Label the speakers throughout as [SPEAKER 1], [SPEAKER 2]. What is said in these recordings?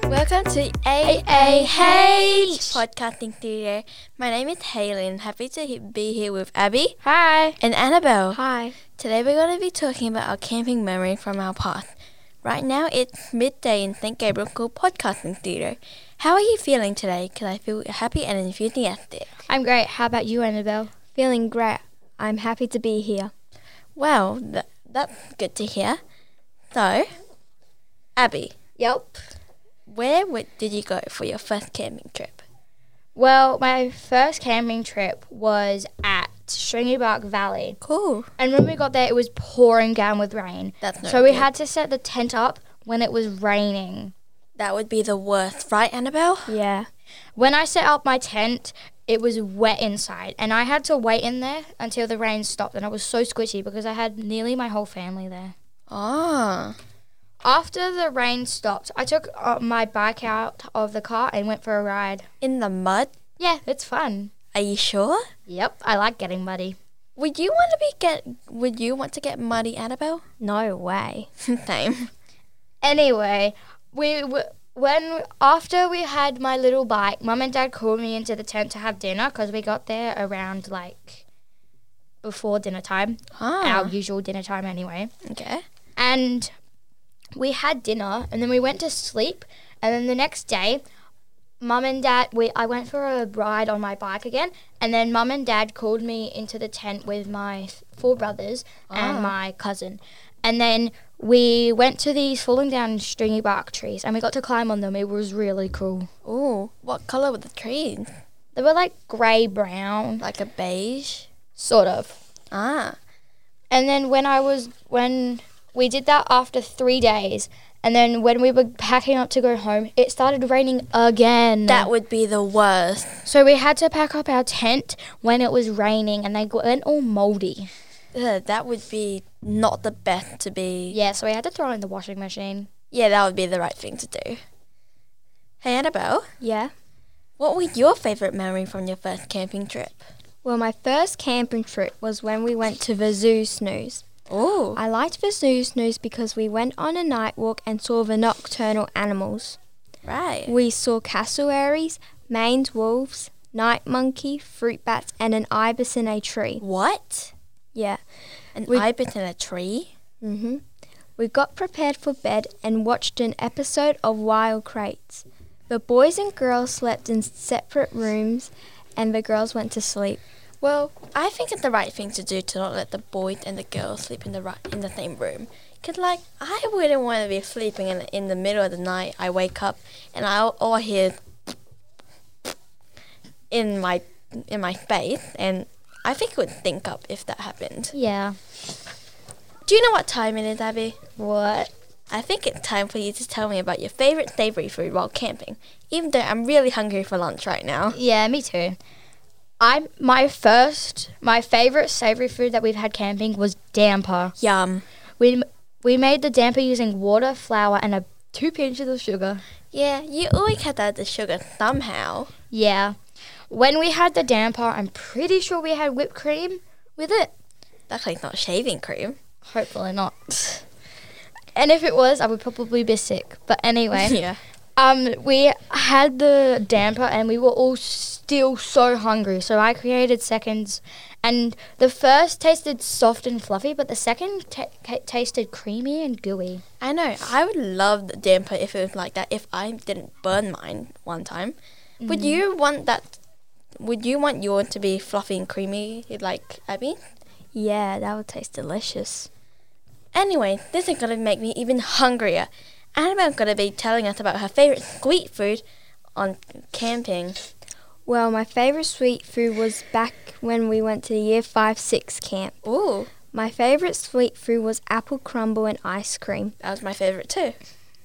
[SPEAKER 1] to AAH Podcasting Studio. My name is Haley and happy to he- be here with Abby
[SPEAKER 2] Hi.
[SPEAKER 1] and Annabelle.
[SPEAKER 2] Hi.
[SPEAKER 1] Today we're going to be talking about our camping memory from our past. Right now it's midday in St. Gabriel School Podcasting Studio. How are you feeling today? Because I feel happy and enthusiastic.
[SPEAKER 2] I'm great. How about you, Annabelle? Feeling great. I'm happy to be here.
[SPEAKER 1] Well, th- that's good to hear. So, Abby,
[SPEAKER 2] Yep.
[SPEAKER 1] where w- did you go for your first camping trip?
[SPEAKER 2] Well, my first camping trip was at Stringy Bark Valley.
[SPEAKER 1] Cool.
[SPEAKER 2] And when we got there, it was pouring down with rain.
[SPEAKER 1] That's no
[SPEAKER 2] so we
[SPEAKER 1] good.
[SPEAKER 2] had to set the tent up when it was raining.
[SPEAKER 1] That would be the worst, right, Annabelle?
[SPEAKER 2] Yeah. When I set up my tent, it was wet inside. And I had to wait in there until the rain stopped. And I was so squishy because I had nearly my whole family there.
[SPEAKER 1] Ah,
[SPEAKER 2] After the rain stopped, I took uh, my bike out of the car and went for a ride.
[SPEAKER 1] in the mud?
[SPEAKER 2] Yeah, it's fun.
[SPEAKER 1] Are you sure?
[SPEAKER 2] Yep, I like getting muddy.
[SPEAKER 1] Would you want to be get? Would you want to get muddy, Annabelle?
[SPEAKER 2] No way.
[SPEAKER 1] Same.
[SPEAKER 2] Anyway, we w- when after we had my little bike, mum and dad called me into the tent to have dinner because we got there around like before dinner time, our
[SPEAKER 1] Ah,
[SPEAKER 2] usual dinner time anyway.
[SPEAKER 1] okay.
[SPEAKER 2] and we had dinner and then we went to sleep and then the next day mum and dad we I went for a ride on my bike again and then mum and dad called me into the tent with my th- four brothers
[SPEAKER 1] Ah.
[SPEAKER 2] and my cousin and then we went to these falling down stringy bark trees and we got to climb on them it was really cool
[SPEAKER 1] Ooh, what color were the trees?
[SPEAKER 2] they were like grey brown
[SPEAKER 1] Like a beige.
[SPEAKER 2] sort of
[SPEAKER 1] Ah,
[SPEAKER 2] And then when I was when we did that after three days, and then when we were packing up to go home, it started raining again.
[SPEAKER 1] that would be the worst.
[SPEAKER 2] so we had to pack up our tent when it was raining, and they got- went all moldy.
[SPEAKER 1] Ugh, that would be not the best to be.
[SPEAKER 2] Yeah, so we had to throw it in the washing machine.
[SPEAKER 1] Yeah, that would be the right thing to do. Hey, Annabelle,
[SPEAKER 3] Yeah.
[SPEAKER 1] what was your favorite memory from your first camping trip?
[SPEAKER 3] Well, my first camping trip was when we went to the Zoo Snooze.
[SPEAKER 1] Ooh,
[SPEAKER 3] I liked the Zoo Snooze because we went on a night walk and saw the nocturnal animals.
[SPEAKER 1] right.
[SPEAKER 3] We saw cassowaries, maned wolves, night monkey, fruit bats, and an ibis in a tree.
[SPEAKER 1] What?
[SPEAKER 3] Yeah.
[SPEAKER 1] An
[SPEAKER 3] We-
[SPEAKER 1] ibis in a tree?
[SPEAKER 3] Mhm. We got prepared for bed and watched an episode of Wild Crates. The boys and girls slept in separate rooms, and the girls went to sleep.
[SPEAKER 1] Well, I think it's the right thing to do to not let the boys and the girls sleep in the right, in the same room. Cause like I wouldn't want to be sleeping in in the middle of the night. I wake up and I all I hear is in my in my space, and I think it would stink up if that happened.
[SPEAKER 2] Yeah.
[SPEAKER 1] Do you know what time it is, Abby?
[SPEAKER 2] What?
[SPEAKER 1] I think it's time for you to tell me about your favorite savory food while camping. Even though I'm really hungry for lunch right now.
[SPEAKER 2] Yeah, me too. I my first my favorite savory food that we've had camping was damper.
[SPEAKER 1] Yum.
[SPEAKER 2] We we made the damper using water, flour, and a two pinches of sugar.
[SPEAKER 1] Yeah, you always had that the sugar somehow.
[SPEAKER 2] Yeah. When we had the damper, I'm pretty sure we had whipped cream with it.
[SPEAKER 1] Luckily, it's not shaving cream.
[SPEAKER 2] Hopefully not. And if it was, I would probably be sick. But anyway,
[SPEAKER 1] Yeah.
[SPEAKER 2] um, we had the damper and we were all still so hungry. So I created seconds, and the first tasted soft and fluffy, but the second ta ca- tasted creamy and gooey.
[SPEAKER 1] I know. I would love the damper if it was like that. If I didn't burn mine one time, would you want that? Would you want yours to be fluffy and creamy like Abby?
[SPEAKER 3] Yeah, that would taste delicious.
[SPEAKER 1] Anyway, this is gonna make me even hungrier. Annabelle's gonna be telling us about her favorite sweet food on camping.
[SPEAKER 3] Well, my favourite sweet food was back when we went to the year 5 6 camp.
[SPEAKER 1] Ooh,
[SPEAKER 3] My favourite sweet food was apple crumble and ice cream.
[SPEAKER 1] that was my favorite too.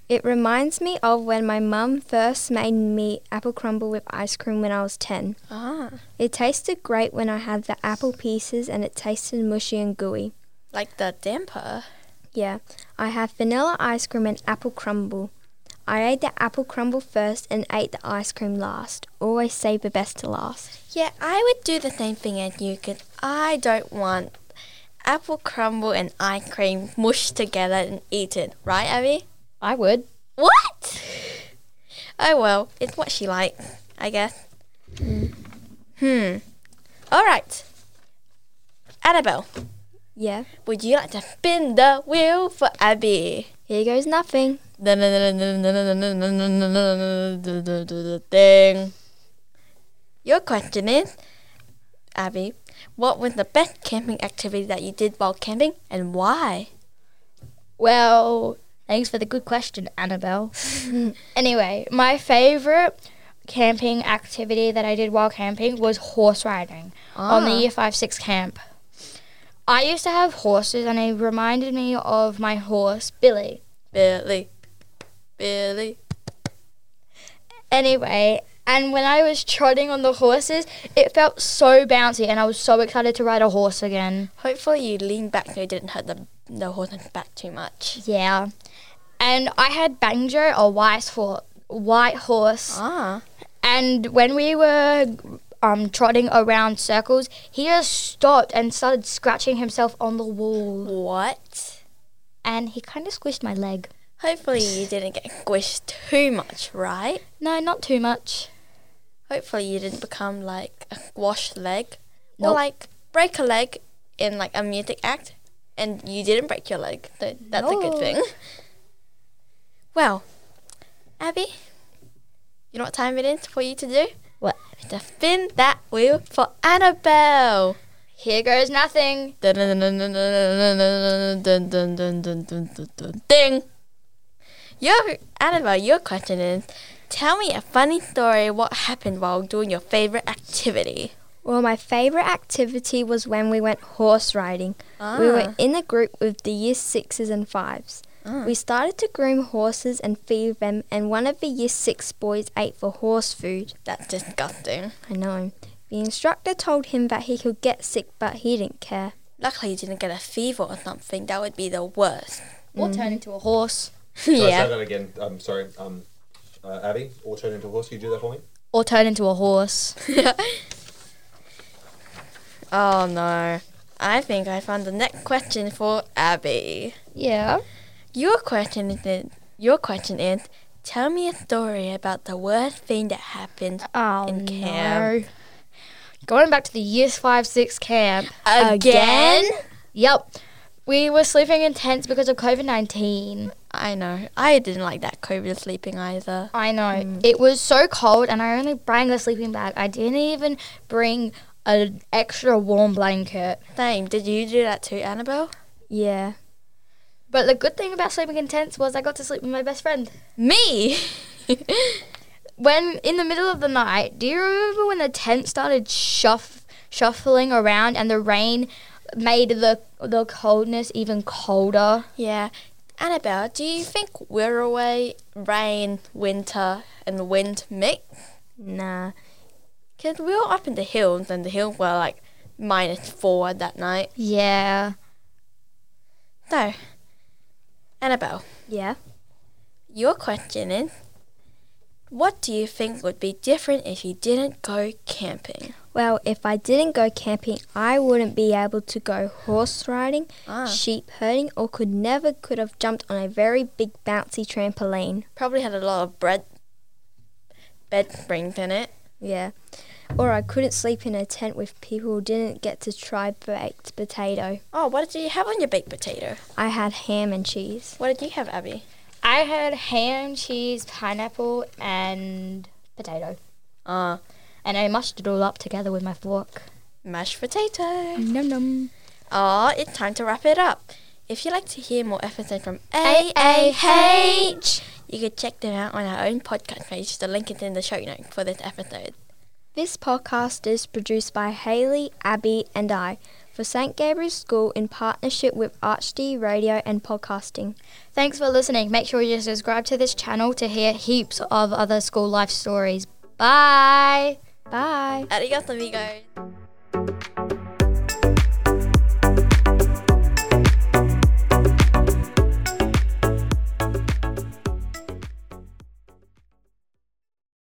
[SPEAKER 3] It reminds me of when my mum first made me apple crumble with ice cream when I was 10.
[SPEAKER 1] Ah,
[SPEAKER 3] It tasted great when I had the apple pieces and it tasted mushy and gooey.
[SPEAKER 1] like the damper.
[SPEAKER 3] Yeah, I have vanilla ice cream and apple crumble. I ate the apple crumble first and ate the ice cream last. Always save the best to last.
[SPEAKER 1] Yeah, I would do the same thing as you because I don't want apple crumble and ice cream mushed together and eaten, right, Abby?
[SPEAKER 2] I would.
[SPEAKER 1] What? Oh well, it's what she likes, I guess. Hmm. All right. Annabelle,
[SPEAKER 2] Yeah.
[SPEAKER 1] would you like to spin the wheel for Abby?
[SPEAKER 2] Here goes nothing.
[SPEAKER 1] Ding. Your question is, Abby, what was the best camping activity that you did while camping and why?
[SPEAKER 4] Well, thanks for the good question, Annabelle. anyway, my favorite camping activity that I did while camping was horse riding on the
[SPEAKER 1] Ah.
[SPEAKER 4] Year 5 6 camp. I used to have horses, and it reminded me of my horse, Billy.
[SPEAKER 1] Billy. Billy.
[SPEAKER 4] Anyway, and when I was trotting on the horses, it felt so bouncy, and I was so excited to ride a horse again.
[SPEAKER 1] Hopefully you leaned back so you didn't hurt the, the horse's back too much.
[SPEAKER 4] Yeah. And I had Banjo, a white, ho- white horse.
[SPEAKER 1] Ah.
[SPEAKER 4] And when we were um, trotting around circles, he just stopped and started scratching himself on the wall.
[SPEAKER 1] What?
[SPEAKER 4] And he kind of squished my leg.
[SPEAKER 1] Hopefully you didn't get squished too much, right?
[SPEAKER 4] No, not too much.
[SPEAKER 1] Hopefully you didn't become like a squash leg. Or
[SPEAKER 4] Nope.
[SPEAKER 1] like break a leg in like a music act and you didn't break your leg. So that's a good
[SPEAKER 4] No.
[SPEAKER 1] thing. Well, Abby, you know what time it is for you to do?
[SPEAKER 4] What?
[SPEAKER 1] It's a spin that wheel for Annabelle.
[SPEAKER 4] Here goes nothing.
[SPEAKER 1] Ding. Your Annabelle, your question is: Tell me a funny story. What happened while doing your favorite activity?
[SPEAKER 2] Well, my favourite activity was when we went horse riding. We were in a group with the year sixes and fives. We started to groom horses and feed them, and one of the year six boys ate for horse food.
[SPEAKER 1] That's disgusting.
[SPEAKER 2] I know. The instructor told him that he could get sick, but he didn't care.
[SPEAKER 1] Luckily, you didn't get a fever or something. That would be the worst.
[SPEAKER 4] Or turn into a horse.
[SPEAKER 5] Sorry, say
[SPEAKER 1] yeah.
[SPEAKER 5] that again. I'm sorry. Um, uh, Abby, or turn into a horse. Can you do that for me?
[SPEAKER 4] Or turn into a horse.
[SPEAKER 1] Oh no. I think I found the next question for Abby.
[SPEAKER 4] Yeah.
[SPEAKER 1] Your question is your question is tell me a story about the worst thing that happened
[SPEAKER 4] Oh,
[SPEAKER 1] In
[SPEAKER 4] no.
[SPEAKER 1] camp.
[SPEAKER 4] Going back to the years 5 6 camp.
[SPEAKER 1] again.
[SPEAKER 4] Yep. We were sleeping in tents because of COVID 19.
[SPEAKER 1] I know. I didn't like that COVID sleeping either.
[SPEAKER 4] I know. It was so cold, and I only bring a sleeping bag. I didn't even bring an extra warm blanket.
[SPEAKER 1] Same. Did you do that too, Annabelle?
[SPEAKER 2] Yeah.
[SPEAKER 4] But the good thing about sleeping in tents was I got to sleep with my best friend.
[SPEAKER 1] Me.
[SPEAKER 4] When in the middle of the night, do you remember when the tent started shuff, shuffling around and the rain made the the coldness even colder?
[SPEAKER 1] yeah. Annabelle, do you think we're away rain, winter, and wind mix?
[SPEAKER 2] Nah.
[SPEAKER 1] Cause we were up in the hills, and the hills were like minus four that night.
[SPEAKER 4] Yeah.
[SPEAKER 1] So, Annabelle,
[SPEAKER 2] Yeah.
[SPEAKER 1] Your question is What do you think would be different if you didn't go camping?
[SPEAKER 2] Well, if I didn't go camping, I wouldn't be able to go horse riding,
[SPEAKER 1] Ah.
[SPEAKER 2] sheep herding, or could never could have jumped on a very big bouncy trampoline.
[SPEAKER 1] Probably had a lot of bread bed springs in it.
[SPEAKER 2] Yeah. Or I couldn't sleep in a tent with people who didn't get to try baked potato.
[SPEAKER 1] Oh, what did you have on your baked potato?
[SPEAKER 2] I had ham and cheese.
[SPEAKER 1] What did you have, Abby?
[SPEAKER 4] I had ham, cheese, pineapple, and potato,
[SPEAKER 1] Uh,
[SPEAKER 4] and I mushed it all up together with my fork.
[SPEAKER 1] mashed potato.
[SPEAKER 4] Num num.
[SPEAKER 1] Ah, it's time to wrap it up. If you'd like to hear more episodes from AAH, you could check them out on our own podcast page. The link is in the show notes for this episode.
[SPEAKER 2] This podcast is produced by Haley, Abby, and I for St. Gabriel's School in partnership with Archd Radio and Podcasting.
[SPEAKER 4] Thanks for listening. Make sure you subscribe to this channel to hear heaps of other school life stories. Bye!
[SPEAKER 2] Bye.
[SPEAKER 1] Adios, amigos.